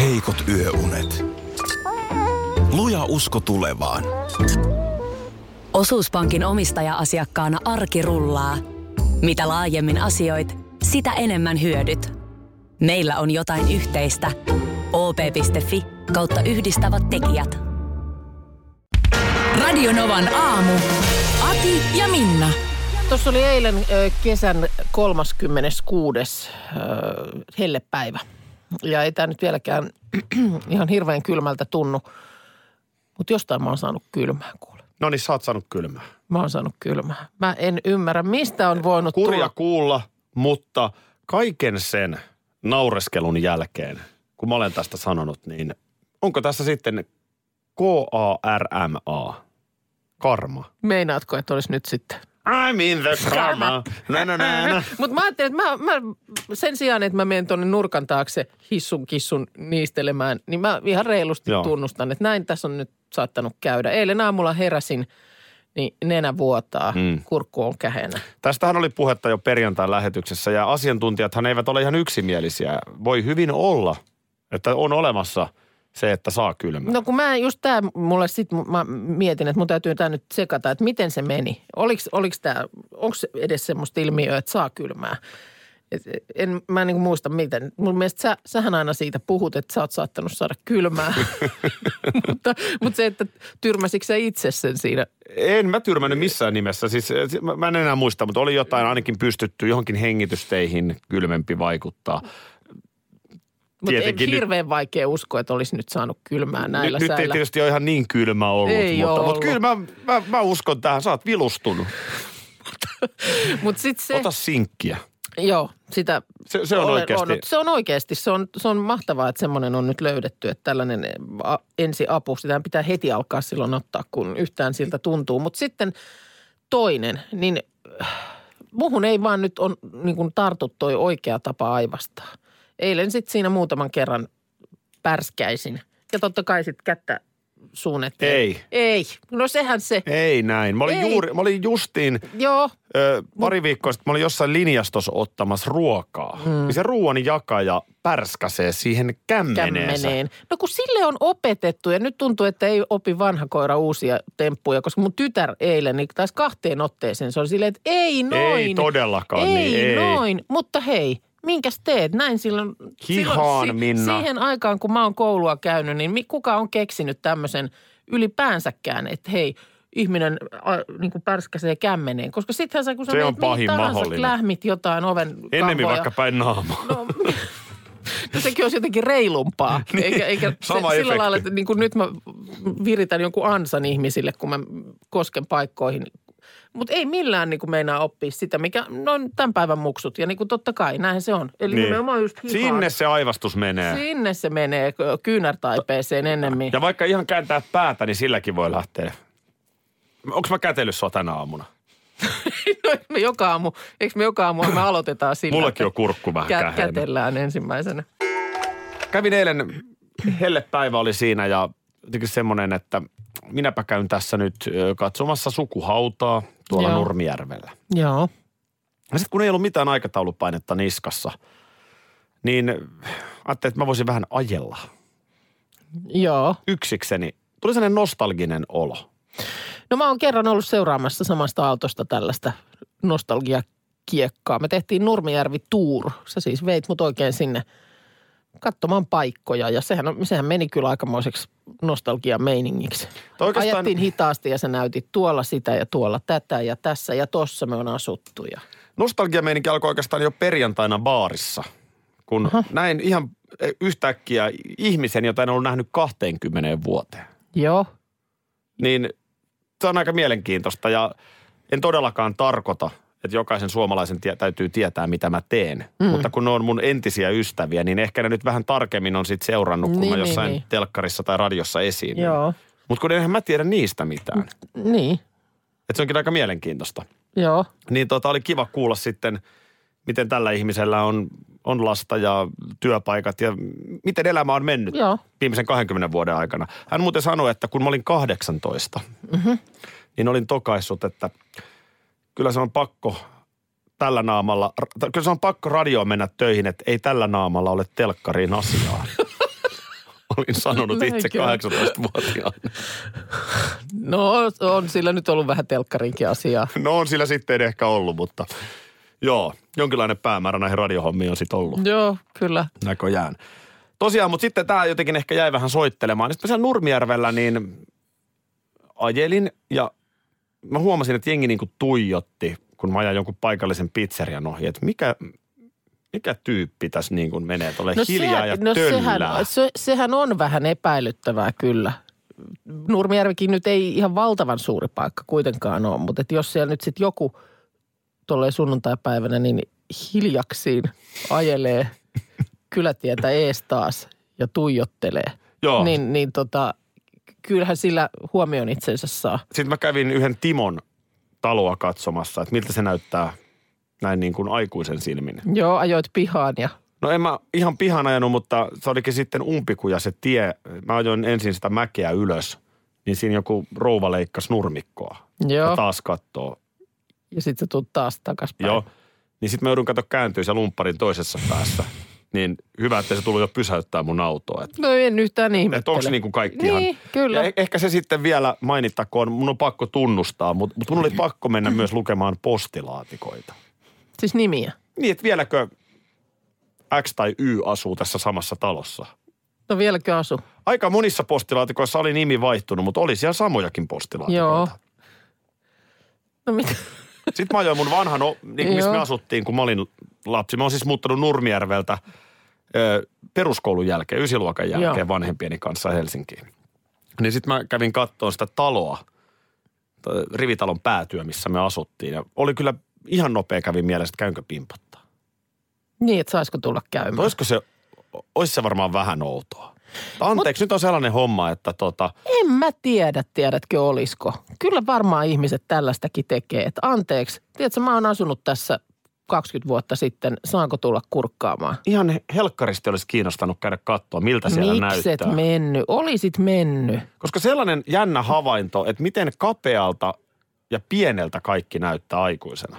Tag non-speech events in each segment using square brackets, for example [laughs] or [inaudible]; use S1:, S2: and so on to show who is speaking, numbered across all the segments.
S1: heikot yöunet. Luja usko tulevaan.
S2: Osuuspankin omistaja-asiakkaana arki rullaa. Mitä laajemmin asioit, sitä enemmän hyödyt. Meillä on jotain yhteistä. op.fi kautta yhdistävät tekijät.
S3: Radionovan aamu. Ati ja Minna.
S4: Tuossa oli eilen ö, kesän 36. ö, hellepäivä. Ja ei tämä nyt vieläkään [clears throat] ihan hirveän kylmältä tunnu. Mutta jostain mä oon saanut kylmää kuule.
S5: No niin, sä oot saanut kylmää.
S4: Mä oon saanut kylmää. Mä en ymmärrä, mistä on voinut
S5: Kurja
S4: tulla.
S5: kuulla, mutta kaiken sen naureskelun jälkeen, kun mä olen tästä sanonut, niin onko tässä sitten K-A-R-M-A? Karma.
S4: Meinaatko, että olisi nyt sitten?
S5: I'm in the karma. Na, na, na,
S4: [laughs]
S5: na.
S4: Mutta mä ajattelin, että mä, mä, sen sijaan, että mä menen tuonne nurkan taakse hissun kissun niistelemään, niin mä ihan reilusti Joo.
S5: Joo.
S4: tunnustan, että näin tässä on nyt saattanut käydä. Eilen aamulla heräsin, niin nenä vuotaa, mm.
S5: Mm.
S4: kurkku on kähenä.
S5: Tästähän oli puhetta jo perjantain lähetyksessä ja asiantuntijathan eivät ole ihan yksimielisiä. Voi hyvin olla, että on olemassa se, että saa kylmää.
S4: No kun mä just tää mulle sit, mä mietin, että mun täytyy tää nyt sekata, että miten se meni. Oliks, oliks tää, onks edes semmoista ilmiöä, että saa kylmää? Et en, mä en niinku muista miten. Mun mielestä sä, sähän aina siitä puhut, että sä oot saattanut saada
S5: [laughs]
S4: kylmää. [laughs] mutta, mutta se, että tyrmäsikö sä itse sen siinä?
S5: En mä tyrmännyt missään nimessä. Siis, eh, si- mä- mä en enää muista, mutta oli jotain ainakin pystytty johonkin hengitysteihin kylmempi vaikuttaa.
S4: Mutta ei
S5: Tietenkin nyt-
S4: hirveän vaikea uskoa, että olisi nyt saanut kylmää näillä
S5: nyt, nyt ei
S4: säillä.
S5: tietysti ole ihan niin kylmä ollut,
S4: Ei
S5: mutta,
S4: ole
S5: mutta kyllä mä, mä, mä uskon tähän. Sä oot vilustunut.
S4: Mut sit se,
S5: Ota sinkkiä.
S4: joo, sitä
S5: Se, se on
S4: Olen-
S5: oikeasti.
S4: On, se on oikeasti. Se on, se on mahtavaa, että semmoinen on nyt löydetty, että tällainen a, ensiapu, sitä pitää heti alkaa silloin ottaa, kun yhtään siltä tuntuu. Mutta sitten toinen, niin äh, muhun ei vaan nyt on niin kuin tartu toi oikea tapa aivastaa. Eilen sitten siinä muutaman kerran pärskäisin. Ja totta kai sitten kättä suun eteen.
S5: Ei.
S4: Ei. No sehän se.
S5: Ei näin. Mä olin,
S4: Ei.
S5: juuri, mä olin justiin
S4: Joo.
S5: ö, pari viikkoa sitten, mä olin jossain linjastossa ottamassa ruokaa. Mm. Ja se ruoan jakaja pärskäsee siihen kämmeneensä.
S4: kämmeneen. No kun sille on opetettu ja nyt tuntuu, että ei opi vanha koira uusia temppuja, koska mun tytär eilen, niin taisi kahteen otteeseen, se oli silleen, että ei noin.
S5: Ei todellakaan.
S4: ei,
S5: niin, ei.
S4: noin, mutta hei, minkäs teet? Näin silloin,
S5: Hihaan,
S4: silloin
S5: Minna.
S4: siihen aikaan, kun mä oon koulua käynyt, niin mi- kuka on keksinyt tämmöisen ylipäänsäkään, että hei, ihminen a, niin kuin pärskäsee kämmeneen, koska sittenhän sä, kun sä
S5: Se on
S4: menet mihin
S5: pahin
S4: tahansa,
S5: mahdollinen.
S4: lähmit jotain oven
S5: Ennemmin
S4: kampoja.
S5: vaikka päin naamaa.
S4: No, [laughs] no sekin olisi jotenkin reilumpaa. Eikä, eikä
S5: Niin. sama
S4: se, sillä
S5: efekti.
S4: lailla, että niin kuin nyt mä viritän jonkun ansan ihmisille, kun mä kosken paikkoihin. Mutta ei millään niin kuin meinaa oppia sitä, mikä no on tämän päivän muksut. Ja niin kuin totta kai, näinhän se on. Eli niin. nimenomaan just hihaan.
S5: Sinne se aivastus menee.
S4: Sinne se menee ö, kyynärtaipeeseen ennemmin.
S5: Ja vaikka ihan kääntää päätä, niin silläkin voi lähteä. Onko mä kätellyt sua tänä aamuna?
S4: [laughs] No, eikö me joka aamu, eikö me joka aamu me aloitetaan sillä,
S5: Mullakin on
S4: että
S5: kurkku vähän
S4: kä-
S5: käheenä.
S4: kätellään ensimmäisenä.
S5: Kävin eilen, hellepäivä oli siinä ja jotenkin semmoinen, että minäpä käyn tässä nyt ö, katsomassa sukuhautaa tuolla
S4: Joo.
S5: Joo. Nurmijärvellä.
S4: Joo.
S5: Ja sitten kun ei ollut mitään aikataulupainetta niskassa, niin ajattelin, että mä voisin vähän ajella
S4: Joo.
S5: yksikseni. Tuli sellainen nostalginen olo.
S4: No mä oon kerran ollut seuraamassa samasta autosta tällaista nostalgiakiekkaa. Me tehtiin Nurmijärvi Tour. Sä siis veit mut oikein sinne katsomaan paikkoja ja sehän, on- sehän meni kyllä aikamoiseksi nostalgiameiningiksi.
S5: Tai oikeastaan-
S4: Ajettiin hitaasti ja sä näytit tuolla sitä ja tuolla tätä ja tässä ja tossa me on asuttu. Ja...
S5: Nostalgiameininki alkoi oikeastaan jo perjantaina baarissa, kun Aha. näin ihan e, yhtäkkiä ihmisen, jota en ollut nähnyt 20 vuoteen.
S4: Joo.
S5: Niin se on aika mielenkiintoista ja en todellakaan tarkoita, että jokaisen suomalaisen tie- täytyy tietää, mitä mä teen. Mm. Mutta kun ne on mun entisiä ystäviä, niin ehkä ne nyt vähän tarkemmin on sit seurannut,
S4: Niin,
S5: kun niin, mä
S4: niin,
S5: jossain
S4: niin.
S5: niin. telkkarissa tai radiossa esiin.
S4: Joo.
S5: Mutta kun enhän mä tiedä niistä mitään.
S4: Niin.
S5: Et se onkin aika mielenkiintoista.
S4: Joo.
S5: Niin tota, oli kiva kuulla sitten, miten tällä ihmisellä on, on lasta ja työpaikat ja miten elämä on mennyt
S4: Joo.
S5: viimeisen 20 vuoden aikana. Hän muuten sanoi, että kun mä olin 18, mm-hmm. niin olin tokaissut, että kyllä se on pakko tällä naamalla, ra- kyllä se on pakko radioon mennä töihin, että ei tällä naamalla ole telkkariin asiaa. olin sanonut
S4: Näinkö?
S5: itse 18-vuotiaana.
S4: No on sillä nyt ollut vähän telkkarinkin asiaa.
S5: No on sillä sitten ehkä ollut, mutta joo, jonkinlainen päämäärä näihin radiohommiin on sitten ollut
S4: Joo, kyllä.
S5: näköjään. Tosiaan, mutta sitten tämä jotenkin ehkä jäi vähän soittelemaan. Sitten mä siellä Nurmijärvellä niin ajelin ja mä huomasin, että jengi niinku tuijotti, kun mä ajan jonkun paikallisen pizzerian ohi, että mikä, mikä tyyppi tässä niin kuin menee tuolle hiljaa ja
S4: no
S5: töllää.
S4: sehän, se, sehän on vähän epäilyttävää kyllä. Nurmijärvikin nyt ei ihan valtavan suuri paikka kuitenkaan ole, mutta et jos siellä nyt sitten joku tuolle sunnuntaipäivänä niin hiljaksiin
S5: [laughs]
S4: ajelee kylätietä ees taas ja tuijottelee,
S5: Joo.
S4: niin, niin tota, kyllähän sillä huomioon itsensä saa.
S5: Sitten mä kävin yhden Timon taloa katsomassa, että miltä se näyttää näin niin kuin aikuisen silmin.
S4: Joo, ajoit pihaan ja
S5: No en mä ihan pihan ajanut, mutta se olikin sitten umpikuja se tie. Mä ajoin ensin sitä mäkeä ylös, niin siinä joku rouva leikkasi nurmikkoa. Ja
S4: joo,
S5: taas kattoo.
S4: ja sitten sä tuut taas takaspäin.
S5: Tota- Joo. Niin sitten mä joudun kato kääntyä se lumpparin toisessa päässä. Niin hyvä, että se tuli jo pysäyttää mun autoa. Että
S4: No en yhtään ihmettele.
S5: et onko niin kuin kaikki ihan...
S4: Niin, kyllä.
S5: Ja eh- ehkä se sitten vielä mainittakoon, mun on pakko tunnustaa, mutta, mutta mun oli pakko mennä myös lukemaan postilaatikoita.
S4: Siis nimiä.
S5: Niin, että vieläkö X tai Y asuu tässä samassa talossa?
S4: No vieläkö asu?
S5: Aika monissa postilaatikoissa oli nimi vaihtunut, mutta oli siellä samojakin postilaatikoita.
S4: Joo. No mitä? [laughs]
S5: Sitten mä ajoin mun vanhan, o- niin, missä
S4: Joo.
S5: me asuttiin, kun mä olin lapsi. Mä oon siis muuttanut Nurmijärveltä ö, peruskoulun jälkeen, ysiluokan jälkeen
S4: Joo.
S5: vanhempieni kanssa Helsinkiin. Niin sitten mä kävin kattoon sitä taloa, ö, rivitalon päätyä, missä me asuttiin. Ja oli kyllä ihan nopea kävi mielessä, että käynkö pimpottaa.
S4: Niin, että saisiko tulla käymään.
S5: Olisiko se, ois se varmaan vähän outoa. Anteeksi, Mut... nyt on sellainen homma, että tota,
S4: En mä tiedä, tiedätkö olisiko. Kyllä varmaan ihmiset tällaistakin tekee. Että anteeksi, tiedätkö, mä oon asunut tässä 20 vuotta sitten. Saanko tulla kurkkaamaan?
S5: ihan helkkaristi olisi kiinnostanut käydä katsoa, miltä siellä
S4: Mikset
S5: näyttää.
S4: mennyt? Olisit mennyt.
S5: Koska sellainen jännä havainto, että miten kapealta ja pieneltä kaikki näyttää aikuisena.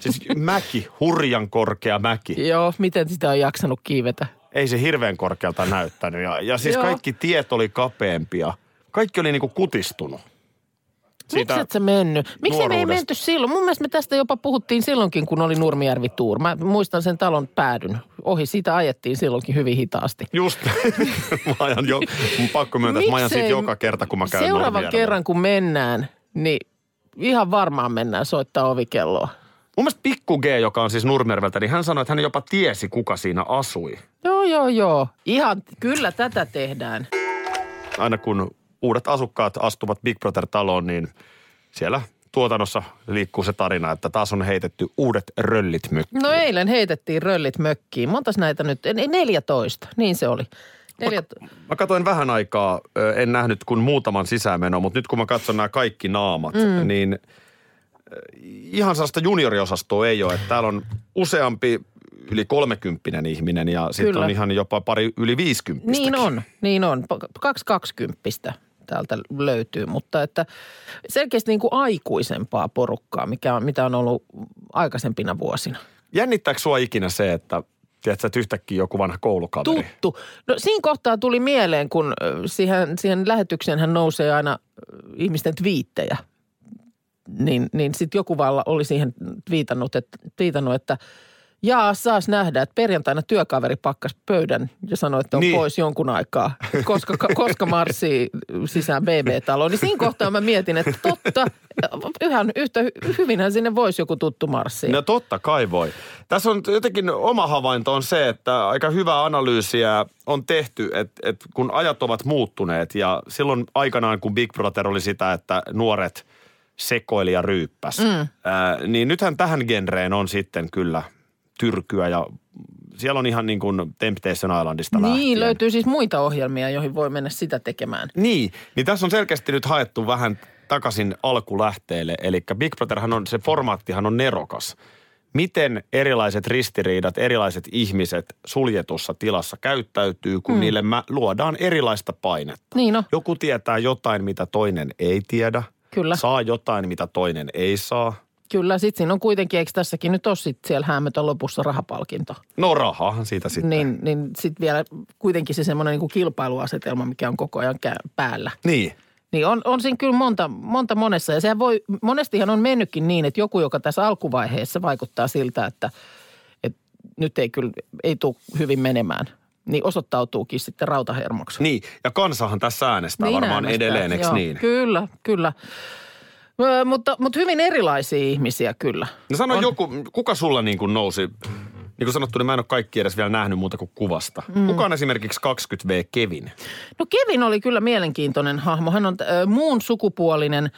S5: Siis mäki, hurjan korkea mäki.
S4: Joo, miten sitä on jaksanut kiivetä?
S5: Ei se hirveän korkealta näyttänyt. Ja, ja siis
S4: Joo.
S5: kaikki tiet oli kapeampia. Kaikki oli niinku kutistunut.
S4: Miksi et sä mennyt? Miksi me ei
S5: nuoruudesta.
S4: menty silloin? Mun mielestä me tästä jopa puhuttiin silloinkin, kun oli Nurmijärvi Tuur. Mä muistan sen talon päädyn. Ohi siitä ajettiin silloinkin hyvin hitaasti.
S5: Just. [laughs] mä ajan jo, mun pakko myöntää, että mä ajan siitä
S4: Miksei-
S5: joka kerta, kun mä käyn
S4: Seuraavan
S5: Nurmijärvellä.
S4: kerran, kun mennään, niin ihan varmaan mennään soittaa ovikelloa.
S5: Mun mielestä Pikku G, joka on siis Nurmerveltä, niin hän sanoi, että hän jopa tiesi, kuka siinä asui.
S4: Joo, joo, joo. Ihan, kyllä tätä tehdään.
S5: aina kun uudet asukkaat astuvat Big Brother-taloon, niin siellä tuotannossa liikkuu se tarina, että taas on heitetty uudet röllit myk-
S4: No eilen heitettiin röllit mökkiin. Montas näitä nyt? Ei, 14, niin se oli. Neljä...
S5: Mä katsoin vähän aikaa, ö, en nähnyt kuin muutaman sisäänmeno, mutta nyt kun mä katson nämä kaikki naamat, mm. niin ö, ihan sellaista junioriosastoa ei ole. Että täällä on useampi yli kolmekymppinen ihminen ja sitten
S4: Kyllä.
S5: on ihan jopa pari yli viisikymppistä.
S4: Niin on, niin on. Pa- Kaksi kaksikymppistä täältä löytyy, mutta että selkeästi niin kuin aikuisempaa porukkaa, mikä on, mitä on ollut aikaisempina vuosina.
S5: Jännittääkö sua ikinä se, että tiedätkö, että yhtäkkiä joku vanha koulukaveri?
S4: Tuttu. No siinä kohtaa tuli mieleen, kun ö, siihen, siihen lähetykseenhän nousee aina ö, ihmisten twiittejä. Niin, niin sitten joku valla oli siihen twiitannut, että, twiitannut, että jaa, saas nähdä, että perjantaina työkaveri pakkas pöydän ja sanoi, että on
S5: Niin.
S4: niin. pois jonkun aikaa, koska, ka- koska marssii sisään BB-taloon. Niin siinä kohtaa mä mietin, että totta, yhä, yhtä hy- hyvinhän sinne voisi joku tuttu marssia.
S5: No totta kai voi. Tässä on jotenkin oma havainto on se, että aika hyvää analyysiä on tehty, että, että kun ajat ovat muuttuneet ja silloin aikanaan, kun Big Brother oli sitä, että nuoret sekoili ja ryyppäs, mm. ää, niin nythän tähän genreen on sitten kyllä tyrkyä ja siellä on ihan niin kuin Temptation Islandista lähtien.
S4: Niin, löytyy siis muita ohjelmia, joihin voi mennä sitä tekemään.
S5: Niin, niin tässä on selkeästi nyt haettu vähän takaisin alkulähteelle. Eli Big Brotherhan on, se formaattihan on nerokas. Miten erilaiset ristiriidat, erilaiset ihmiset suljetussa tilassa käyttäytyy, kun mm. niille mä, luodaan erilaista painetta.
S4: Niin no.
S5: Joku tietää jotain, mitä toinen ei tiedä.
S4: Kyllä.
S5: Saa jotain, mitä toinen ei saa.
S4: Kyllä, sit siinä on kuitenkin, eikö tässäkin nyt ole sit siellä häämötä lopussa rahapalkinto?
S5: No rahahan siitä sitten.
S4: Niin, niin sitten vielä kuitenkin se semmoinen niin kilpailuasetelma, mikä on koko ajan kä- päällä.
S5: Niin.
S4: Niin on, on siinä kyllä monta, monta monessa. Ja sehän voi, monestihan on mennytkin niin, että joku, joka tässä alkuvaiheessa vaikuttaa siltä, että, että nyt ei kyllä, ei tule hyvin menemään, niin osoittautuukin sitten rautahermoksi.
S5: Niin, ja kansahan tässä äänestää
S4: Niin
S5: varmaan
S4: äänestää.
S5: edelleen, eikö
S4: Joo,
S5: niin?
S4: Kyllä, kyllä. Ö, mutta, mutta hyvin erilaisia ihmisiä kyllä.
S5: No sano on. joku, kuka sulla niin kuin nousi, niin kuin sanottu, niin mä en ole kaikki edes vielä nähnyt muuta kuin kuvasta. Mm. Kuka on esimerkiksi 20V Kevin?
S4: No Kevin oli kyllä mielenkiintoinen hahmo. Hän on ö, muun sukupuolinen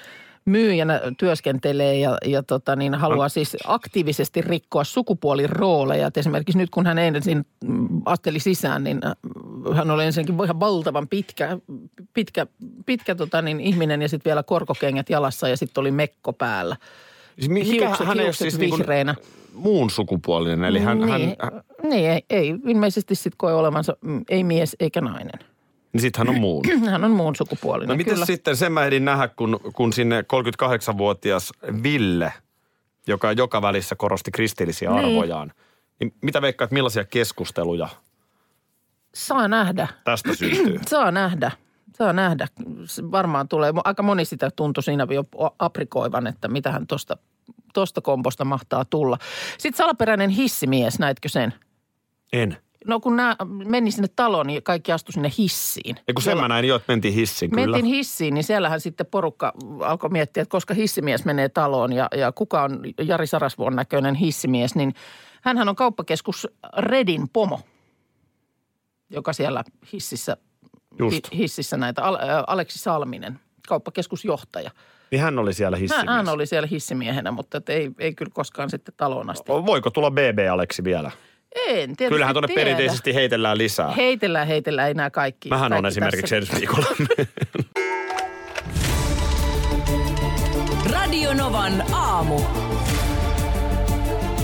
S4: myyjänä työskentelee ja, ja tota, niin
S5: No.
S4: haluaa siis aktiivisesti rikkoa sukupuolirooleja. Et esimerkiksi nyt kun hän ensin mm, asteli sisään, niin äh, hän oli ensinnäkin ihan valtavan pitkä, pitkä, pitkä tota, niin, ihminen ja sitten vielä korkokengät jalassa ja sitten oli mekko päällä.
S5: Siis mi-
S4: Hiukset-
S5: ei ole
S4: hiukset
S5: niinku
S4: vihreinä.
S5: muun sukupuolinen, eli hän, niin. hän,
S4: niin,
S5: hän
S4: niin ei, ei ilmeisesti sitten koe olevansa mm, ei mies eikä nainen.
S5: niin sit hän
S4: [clears throat]
S5: on muun.
S4: Hän on muun sukupuolinen.
S5: No miten
S4: No kyllä.
S5: sitten, sen mä ehdin nähdä, kun, kun sinne 38-vuotias Ville, joka joka välissä korosti kristillisiä
S4: Niin.
S5: niin. arvojaan, niin mitä veikkaat, millaisia keskusteluja
S4: Saa nähdä. [clears throat]
S5: tästä syntyy?
S4: Saa nähdä. Saa nähdä. Se Varmaan tulee. Aika moni sitä tuntui siinä jo aprikoivan, että mitähän tuosta tosta komposta mahtaa tulla. Sitten salaperäinen hissimies, näitkö sen?
S5: en.
S4: No kun nämä meni sinne taloon, niin kaikki astui sinne hissiin.
S5: Ei kun sen mä näin jo, että mentiin hissiin kyllä.
S4: Mentiin hissiin, niin siellähän sitten porukka alkoi miettiä, että koska hissimies menee taloon ja, ja kuka on Jari Sarasvuon näköinen hissimies, niin hänhän on kauppakeskus Redin pomo, joka siellä hississä,
S5: Just.
S4: hi- hississä näitä, Al- ä, Aleksi Salminen, kauppakeskusjohtaja.
S5: Niin hän oli siellä hissimies.
S4: Hän, hän oli siellä hissimiehenä, mutta et ei, ei kyllä koskaan sitten taloon asti.
S5: Voiko tulla BB-Aleksi vielä?
S4: En tietysti
S5: Kyllähän tuonne
S4: tiedä.
S5: perinteisesti heitellään lisää.
S4: Heitellään, heitellään, ei nämä kaikki.
S5: Mähän on
S4: kaikki
S5: esimerkiksi
S4: tässä-
S5: ensi viikolla.
S3: Radionovan aamu.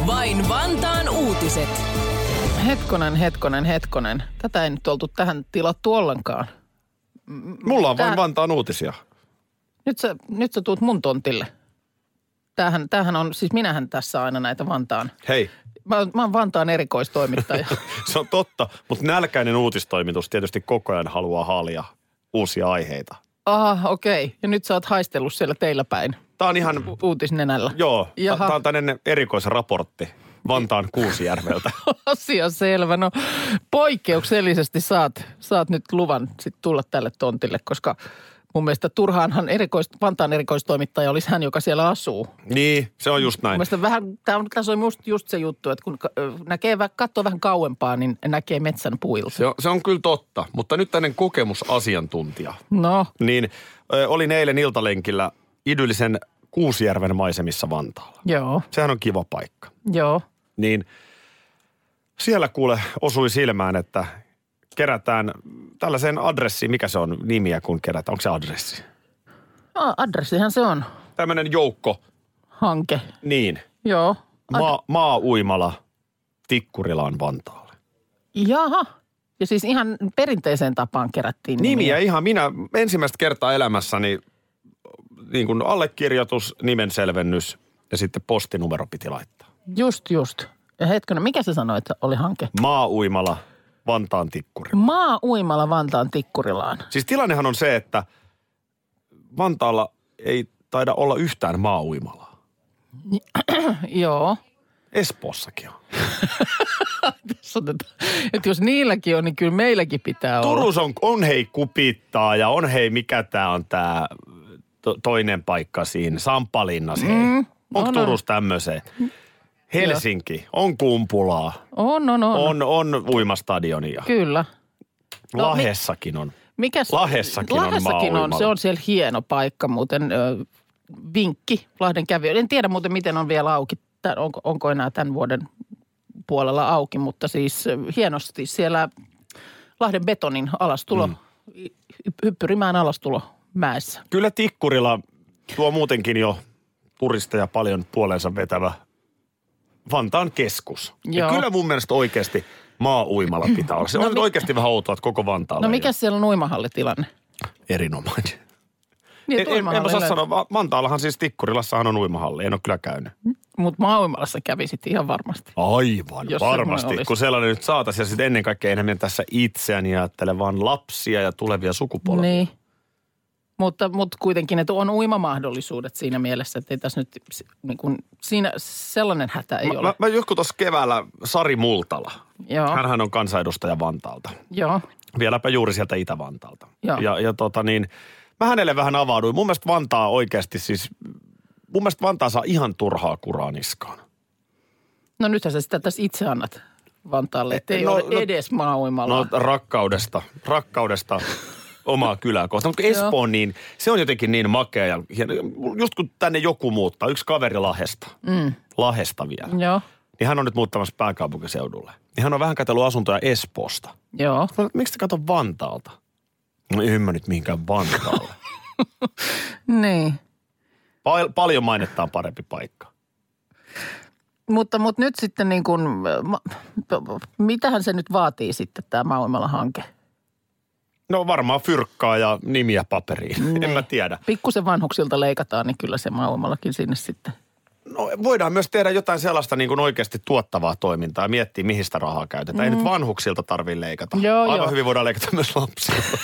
S3: Vain Vantaan uutiset.
S4: Hetkonen, hetkonen, hetkonen. Tätä ei nyt oltu tähän tilattu ollenkaan.
S5: Mulla on
S4: Tää-
S5: vain Vantaan uutisia.
S4: Nyt sä, nyt sä tuut mun tontille. Tämähän, tämähän on, siis minähän tässä aina näitä Vantaan.
S5: Hei,
S4: Mä, oon- mä oon Vantaan
S5: [laughs]
S4: erikoistoimittaja.
S5: se on totta, mutta nälkäinen uutistoimitus tietysti koko ajan haluaa haalia uusia aiheita.
S4: Aha, okei. Ja nyt sä oot haistellut siellä teillä päin
S5: Tämä on ihan,
S4: u- uutisnenällä.
S5: joo,
S4: Jaha.
S5: tämä on tämmöinen erikoisraportti Vantaan [laughs] Kuusijärveltä.
S4: Asia selvä. No poikkeuksellisesti saat, saat nyt luvan sit tulla tälle tontille, koska mun mielestä turhaanhan erikois, Vantaan erikoistoimittaja olisi hän, joka siellä asuu.
S5: niin, se on just näin.
S4: Mielestäni vähän, tää on, tässä on just, just se juttu, että kun ka- ö, näkee, vä- katsoo vähän kauempaa, niin näkee metsän puilta.
S5: Se on, se on kyllä totta, mutta nyt tämmöinen kokemusasiantuntija.
S4: No,
S5: Niin, ö, olin eilen iltalenkillä idyllisen Kuusijärven maisemissa Vantaalla.
S4: joo,
S5: Sehän on kiva paikka.
S4: joo.
S5: niin siellä kuule osui silmään, että kerätään tällaiseen adressiin, mikä se on nimiä kun kerätään, onko se adressi?
S4: A, adressihan se on,
S5: Tämmöinen joukko,
S4: hanke.
S5: niin,
S4: Joo.
S5: maa, maa-uimala Tikkurilaan Vantaalle.
S4: Jaha. Ja siis ihan perinteiseen tapaan kerättiin
S5: Nimiä ihan minä ensimmäistä kertaa elämässäni niin kuin allekirjoitus, nimen selvennys ja sitten postinumero piti laittaa.
S4: Just, just. Ja hetkinen, mikä sä sanoit, että oli hanke?
S5: Maa-uimala Vantaan Tikkurila.
S4: Maa uimalla Vantaan Tikkurilaan.
S5: Siis tilannehan on se, että Vantaalla ei taida olla yhtään maa-uimalaa.
S4: Joo.
S5: Espoossakin on.
S4: Sotetaan. Että jos niilläkin on, niin kyllä meilläkin pitää olla.
S5: Turus on, on hei kupittaa ja on hei mikä tää on tää to, toinen paikka siinä, Sampalinnas hei. Mm, Onko
S4: on,
S5: Turus tämmöiseen? Helsinki, on kumpulaa,
S4: On, on, on.
S5: on, on uimastadionia.
S4: Kyllä. no, mi-
S5: Lahessakin on.
S4: Mikäs?
S5: Lahdessakin on
S4: Lahdessakin on,
S5: maa-uimala.
S4: Se on siellä hieno paikka muuten. Ö, vinkki Lahden kävijöille. En tiedä muuten, miten on vielä auki. Tän, onko, onko enää tämän vuoden puolella auki, mutta siis ö, hienosti siellä Lahden betonin alastulo, mm. hyppyrimään alastulo mäessä. No
S5: Kyllä Tikkurila tuo muutenkin jo turisteja paljon puolensa vetävä Vantaan keskus. Ja
S4: Joo.
S5: kyllä mun mielestä oikeasti maa-uimala pitää olla. Se on
S4: No
S5: nyt
S4: mi-
S5: oikeasti vähän outoa, että koko Vantaalla
S4: No
S5: ei
S4: mikä siellä on uimahallitilanne? [laughs]
S5: ole. Erinomainen.
S4: Niin,
S5: en,
S4: että
S5: en, en mä
S4: uimahalli
S5: saa
S4: löytyy.
S5: sanoa, Va- Vantaallahan siis Tikkurilassahan on uimahalli, en ole kyllä käynyt.
S4: Mutta maailmassa kävisit ihan varmasti.
S5: Aivan,
S4: Jos semmoinen
S5: varmasti.
S4: olisi.
S5: Kun sellainen nyt saataisiin ja sitten ennen kaikkea enemmän tässä itseäni ja ajattele vaan lapsia ja tulevia sukupolvia.
S4: Niin. Mutta, mutta kuitenkin, että on uimamahdollisuudet siinä mielessä, että ei tässä nyt s- niin kuin, siinä sellainen hätä ei
S5: Mä,
S4: ole.
S5: mä, mä joku tuossa keväällä Sari Multala.
S4: Joo.
S5: Hänhän on kansanedustaja Vantaalta.
S4: Joo,
S5: Vieläpä juuri sieltä Itä-Vantaalta.
S4: Joo.
S5: Ja, ja tota niin, mä hänelle vähän avauduin. Mun mielestä Vantaa oikeasti siis, mun mielestä Vantaa saa ihan turhaa kuraa niskaan.
S4: no nythän sä sitä tässä itse annat Vantaalle, että ei
S5: No,
S4: no, ole
S5: no-
S4: no, edes maauimalaa.
S5: No rakkaudesta, rakkaudesta omaa kylää kohtaan. Mutta kun Espoo, on niin se on jotenkin niin makea ja hieno. Just kun tänne joku muuttaa, yksi kaveri Lahesta, mm. Lahesta vielä,
S4: Joo,
S5: niin hän on nyt muuttamassa pääkaupunkiseudulle. Niin hän on vähän katsellut asuntoja Espoosta.
S4: joo.
S5: Mä sanoin, Miksi te kato Vantaalta? No en mä nyt mihinkään [laughs] Vantaalle.
S4: Niin.
S5: Pal- paljon mainetta on parempi paikka.
S4: Mutta, mutta nyt sitten niin kuin, ma- mitähän se nyt vaatii sitten tämä Mauimala-hanke?
S5: No varmaan fyrkkaa ja nimiä paperiin. [laughs] en
S4: Niin.
S5: mä tiedä.
S4: Pikkusen vanhuksilta leikataan, niin kyllä se Mauimalakin sinne sitten.
S5: No voidaan myös tehdä jotain sellaista niin kuin oikeasti tuottavaa toimintaa ja miettiä, mihin sitä rahaa käytetään. Mm. Ei nyt vanhuksilta tarvitse leikata.
S4: Joo,
S5: Aivan
S4: joo.
S5: hyvin voidaan leikata myös lapsilta. [laughs]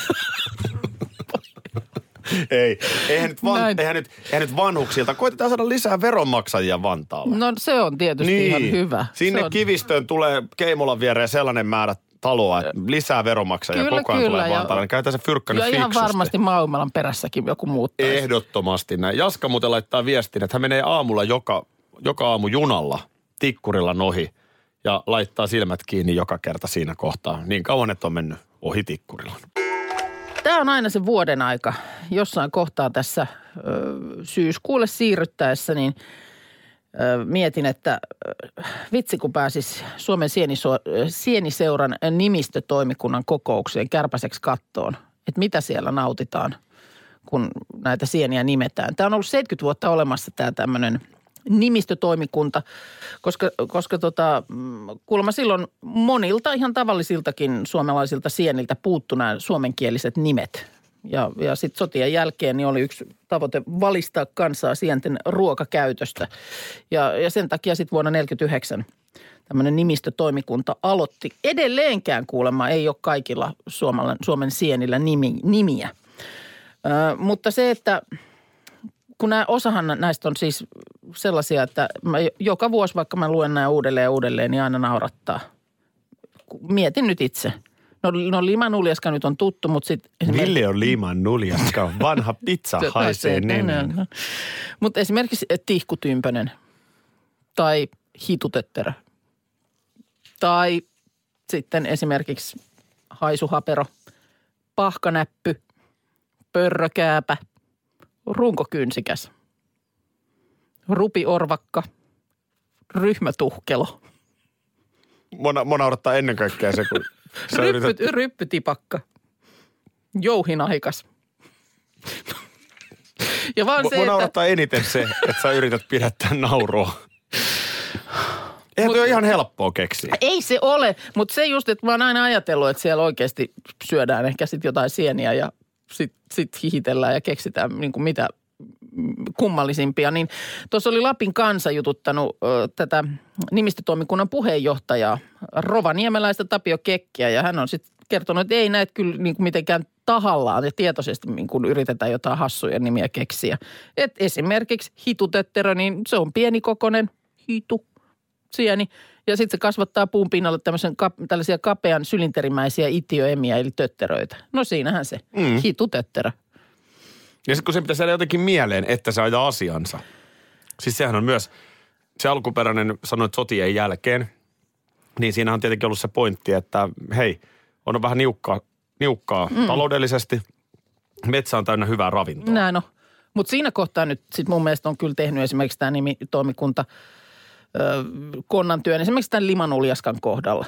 S5: Ei, eihän nyt, van,
S4: Näin.
S5: eihän, nyt, eihän nyt vanhuksilta. Koitetaan saada lisää veronmaksajia Vantaalle.
S4: No se on tietysti ihan hyvä.
S5: Niin. Sinne
S4: se
S5: on...
S4: on,
S5: kivistöön tulee Keimolan viereen sellainen määrä taloa, että lisää veronmaksajia
S4: Kyllä,
S5: koko ajan
S4: kyllä,
S5: tulee
S4: ja-
S5: Vantaalle. Niin Käytetään se fyrkkä nyt
S4: ja ihan
S5: fiksusti. Eh.
S4: varmasti Mauimalan perässäkin joku muuttaa.
S5: Ehdottomasti näin. Jaska muuten laittaa viestin, että hän menee aamulla joka, joka aamu junalla tikkurilla ohi ja laittaa silmät kiinni joka kerta siinä kohtaa. Niin kauan, että on mennyt ohi tikkurilla.
S4: Tämä on aina se vuoden aika. Jossain kohtaa tässä ö, syyskuulle siirryttäessä, niin ö, mietin, että ö, vitsi kun pääsis Suomen sieniso- ö, sieniseuran nimistötoimikunnan kokoukseen kärpäseksi kattoon. Että mitä siellä nautitaan, kun näitä sieniä nimetään. Tämä on ollut 70 vuotta olemassa tämä tämmöinen nimistötoimikunta, koska, koska tota, mm, kuulemma silloin monilta ihan tavallisiltakin suomalaisilta sieniltä puuttu nämä suomenkieliset nimet. Ja, ja sitten sotien jälkeen niin oli yksi tavoite valistaa kansaa sienten ruokakäytöstä. Ja, ja sen takia sitten vuonna 1949 tämmöinen nimistötoimikunta aloitti. Edelleenkään kuulemma ei ole kaikilla Suomalan, Suomen sienillä nimi, nimiä. Ö, mutta se, että kun nämä, osahan näistä on siis sellaisia, että mä, jo- joka vuosi vaikka mä luen nämä uudelleen ja uudelleen, niin aina naurattaa. Ku- Mietin nyt itse. No, no limanuljaska nyt on tuttu, mutta sitten
S5: [clears throat] Ville on liiman nuljaska, vanha pizza haisee nenään.
S4: Mutta esimerkiksi tihkutympönen tai hitutetterä tai sitten esimerkiksi haisuhapero, pahkanäppy, pörrökääpä, runkokynsikäs, rupiorvakka, ryhmätuhkelo,
S5: Mona, mona odottaa ennen kaikkea se, kun sä yrität,
S4: ryppy, ryppytipakka, jouhinahikas. [laughs] Ja vaan se,
S5: mona
S4: että...
S5: odottaa eniten se, että sä yrität pidättää naurua. Eihän toi ole ihan helppoa keksiä.
S4: Ei se ole, mutta se just, että mä oon aina ajatellut, että siellä oikeasti syödään ehkä sitten jotain sieniä ja sitten sit hihitellään ja keksitään niin kuin mitä mm, kummallisimpia. Niin tuossa oli Lapin kansa jututtanut ö, tätä nimistötoimikunnan puheenjohtajaa, rovaniemeläistä Tapio Kekkiä, ja hän on sitten kertonut, että ei näet kyllä niin kuin mitenkään tahallaan ja tietoisesti niin kuin yritetään jotain hassuja nimiä keksiä. Et esimerkiksi hitutetterö, niin se on pienikokoinen hitu, sieni. niin- Ja sitten se kasvattaa puun pinnalle tämmöisen, kap, tällaisia kapean sylinterimäisiä itiöemiä, eli tötteröitä. No siinähän se, mm. hitutötterö.
S5: Ja sitten kun se pitäisi jäädä jotenkin mieleen, että se ajaa asiansa. Siis sehän on myös, se alkuperäinen sanoit sotien jälkeen, niin siinä on tietenkin ollut se pointti, että hei, on vähän niukkaa, niukkaa mm. taloudellisesti. Metsä on täynnä hyvää ravintoa.
S4: Näin on. Mutta siinä kohtaa nyt sit mun mielestä on kyllä tehnyt esimerkiksi tämä nimitoimikunta ö, konnan työn, esimerkiksi tämän limanuljaskan kohdalla.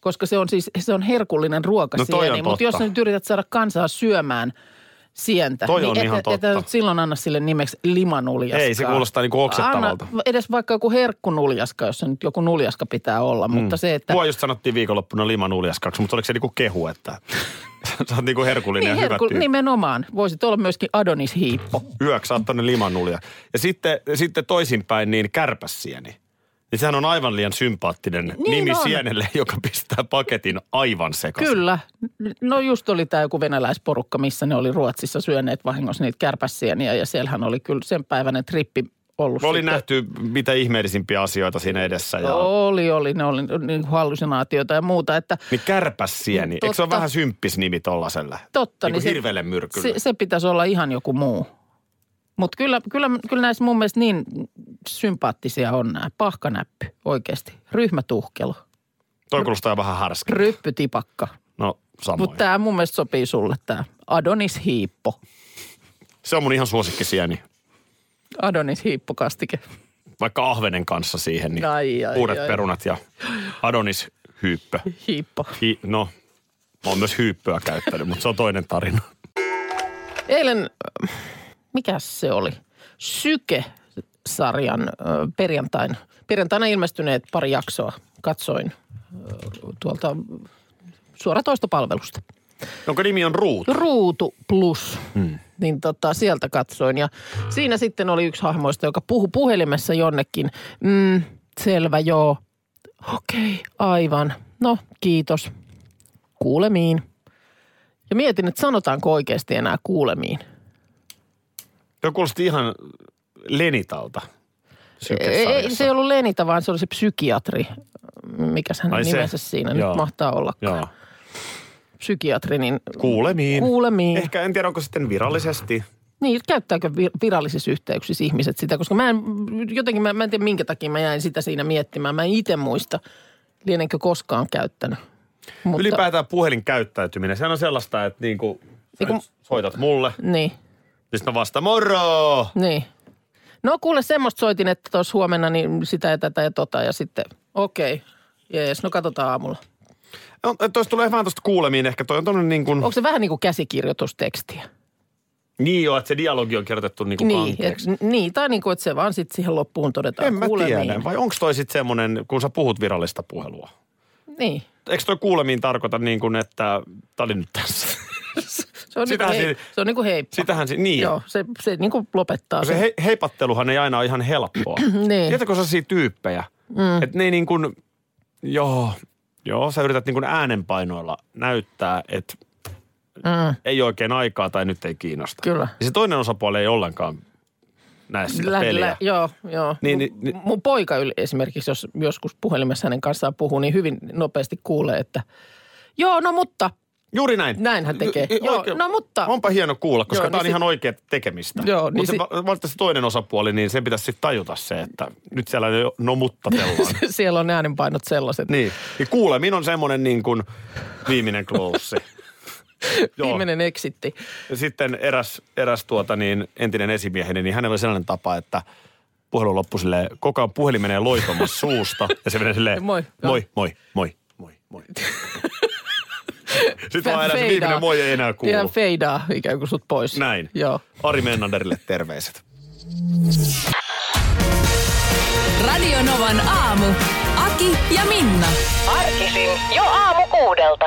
S4: Koska se on siis, se on herkullinen
S5: No toi
S4: ruokasieni,
S5: on
S4: mutta jos
S5: totta.
S4: sä nyt yrität saada kansaa syömään sientä,
S5: Toi on
S4: niin
S5: ihan
S4: et,
S5: totta.
S4: nyt silloin anna sille nimeksi limanuljaska.
S5: Ei, se kuulostaa niinku oksettavalta.
S4: Anna edes vaikka joku herkkunuljaska, jos se nyt joku nuljaska pitää olla, mm. mutta se, että...
S5: Mua just sanottiin viikonloppuna limanuljaskaksi, mutta oliko se niinku kehu, että [laughs] Sä oot niinku herkullinen ja hyvä tyyppi.
S4: Niin, nimenomaan. Voisit olla myöskin Adonis Hiippo.
S5: Yöksi saat tonne limanulia. Ja sitten, sitten toisinpäin niin kärpäsieni. Niin sehän on aivan liian sympaattinen
S4: Niin
S5: nimi
S4: on.
S5: sienelle, joka pistää paketin aivan sekaisin.
S4: Kyllä. No just oli tämä joku venäläisporukka, missä ne oli Ruotsissa syöneet vahingossa niitä kärpäsieniä ja siellähän oli kyllä sen päiväinen trippi ollut.
S5: Me oli
S4: sitten.
S5: nähty mitä ihmeellisimpiä asioita siinä edessä. Ja,
S4: Oli, oli. Ne oli niin kuin hallusinaatioita ja muuta, että
S5: Niin kärpäsieni. Eikö se ole
S4: Totta.
S5: vähän symppisnimi tollaselle?
S4: totta.
S5: Niin kuin
S4: se-
S5: hirveälle myrkylle.
S4: se, se pitäisi olla ihan joku muu. Mutta kyllä, kyllä, kyllä näissä mun mielestä niin sympaattisia on nämä. Pahkanäppy oikeasti. Ryhmätuhkelo.
S5: Toi kuulostaa vähän härski.
S4: Ryppytipakka.
S5: No samoin.
S4: Mutta tämä mun mielestä sopii sulle tämä Adonis Hiippo.
S5: Se on mun ihan suosikkisieni.
S4: Adonis Hiippokastike.
S5: Vaikka ahvenen kanssa siihen, niin
S4: Ai, ai,
S5: uudet
S4: ai.
S5: perunat ja Adonis hyyppö.
S4: Hiippo.
S5: Hi, no, mä oon myös hyyppöä käyttänyt, mutta se on toinen tarina.
S4: Eilen, äh, mikäs se oli? Syke-sarjan äh, perjantain, perjantaina ilmestyneet pari jaksoa katsoin äh, tuolta äh, suoratoistopalvelusta.
S5: Jonka nimi on Ruut.
S4: Ruutu Plus. Hmm. Niin tota, sieltä katsoin. Ja siinä sitten oli yksi hahmoista, joka puhu puhelimessa jonnekin. Mm, selvä, joo. Okei, okay, aivan. No, kiitos. Kuulemiin. Ja mietin, että sanotaanko oikeasti enää kuulemiin.
S5: Tuo kuulosti ihan Lenitalta.
S4: Ei,
S5: Sykesarjassa.
S4: ei, se ei ollut Lenita, vaan se oli se psykiatri. Mikäs hänen
S5: Ai se.
S4: nimensä siinä
S5: Joo.
S4: nyt mahtaa olla?
S5: Joo.
S4: Psykiatri, niin
S5: Kuulemiin. Eh.
S4: kuulemiin.
S5: Ehkä en tiedä, onko sitten virallisesti.
S4: Niin, käyttääkö vir- virallisissa yhteyksissä ihmiset sitä, koska mä en, jotenkin mä, mä en tiedä minkä takia mä jäin sitä siinä miettimään. Mä en itse muista, lienenkö koskaan käyttänyt. Mutta,
S5: Ylipäätään puhelin käyttäytyminen. Sehän on sellaista, että niin kuin,
S4: Niin kun-
S5: soitat mulle,
S4: Niin,
S5: niin sitten mä vastaan moro.
S4: niin. No kuule, semmoista soitin, että tuossa huomenna niin sitä ja tätä ja tota ja sitten, okei, okay. jees, no katsotaan aamulla.
S5: No, tuosta tulee vähän tuosta kuulemiin ehkä. Toi on tuonne niin kuin,
S4: Onko se vähän niin kuin käsikirjoitustekstiä?
S5: niin joo, että se dialogi on kirjoitettu niin kuin
S4: Niin, et,
S5: kankeeksi.
S4: niin, tai niin kuin, että se vaan sitten siihen loppuun todetaan niin."
S5: En mä
S4: kuulemiin.
S5: tiedä. Vai onko toi sitten semmoinen, kun sä puhut virallista puhelua?
S4: Niin.
S5: Eikö toi kuulemiin tarkoita niin kuin, että tää oli nyt
S4: [laughs]
S5: tässä?
S4: Se on, niin
S5: Sitähän
S4: kuin, hei,
S5: siinä-
S4: se on niin kuin heippa.
S5: Sitähän se, niin.
S4: Joo, se, se niin kuin lopettaa
S5: Se
S4: sen.
S5: he, heipatteluhan ei aina ole ihan helppoa.
S4: [clears throat] Niin.
S5: Tiedätkö sellaisia tyyppejä, mm. että ne ei niin kuin, joo, joo, sä yrität niin kuin äänenpainoilla näyttää, että
S4: Mm.
S5: ei oikein aikaa tai nyt ei kiinnosta.
S4: Kyllä.
S5: Ja se toinen osapuoli ei ollenkaan näe sitä
S4: Lä-
S5: peliä.
S4: lä- joo, joo.
S5: Niin,
S4: Niin,
S5: niin,
S4: niin,
S5: niin-
S4: mun poika yl- esimerkiksi, jos joskus puhelimessa hänen kanssaan puhuu, niin hyvin nopeasti kuulee, että joo, no mutta,
S5: Juuri näin.
S4: Näin hän tekee. Joo, no mutta-
S5: Onpa hieno kuulla, koska
S4: Joo,
S5: tämä on
S4: niin
S5: ihan
S4: sit-
S5: oikea tekemistä.
S4: Joo,
S5: mutta
S4: niin
S5: se,
S4: si-
S5: va- valitettavasti toinen osapuoli, niin sen pitäisi sitten tajuta se, että nyt siellä jo no
S4: [laughs]
S5: muttatellaan.
S4: [laughs] siellä on äänenpainot sellaiset.
S5: niin. Ja kuulemin on semmoinen niin kuin
S4: [laughs]
S5: viimeinen kloussi. Joo.
S4: Viimeinen eksitti.
S5: Ja sitten eräs, eräs tuota niin, entinen esimieheni, niin hänellä oli sellainen tapa, että puhelu loppui silleen, koko ajan puhelin menee loitomassa suusta ja se menee silleen,
S4: Moi, joo.
S5: moi, moi, moi, moi,
S4: [laughs]
S5: moi. Sitten
S4: Vähän
S5: vaan enää se
S4: feidaa.
S5: viimeinen moi ei enää
S4: Ihan
S5: kuulu.
S4: feidaa ikään kuin sut pois.
S5: Näin.
S4: Joo.
S5: Ari Mennanderille terveiset.
S3: Radio Novan aamu. Aki ja Minna.
S6: Arkisin jo aamu kuudelta.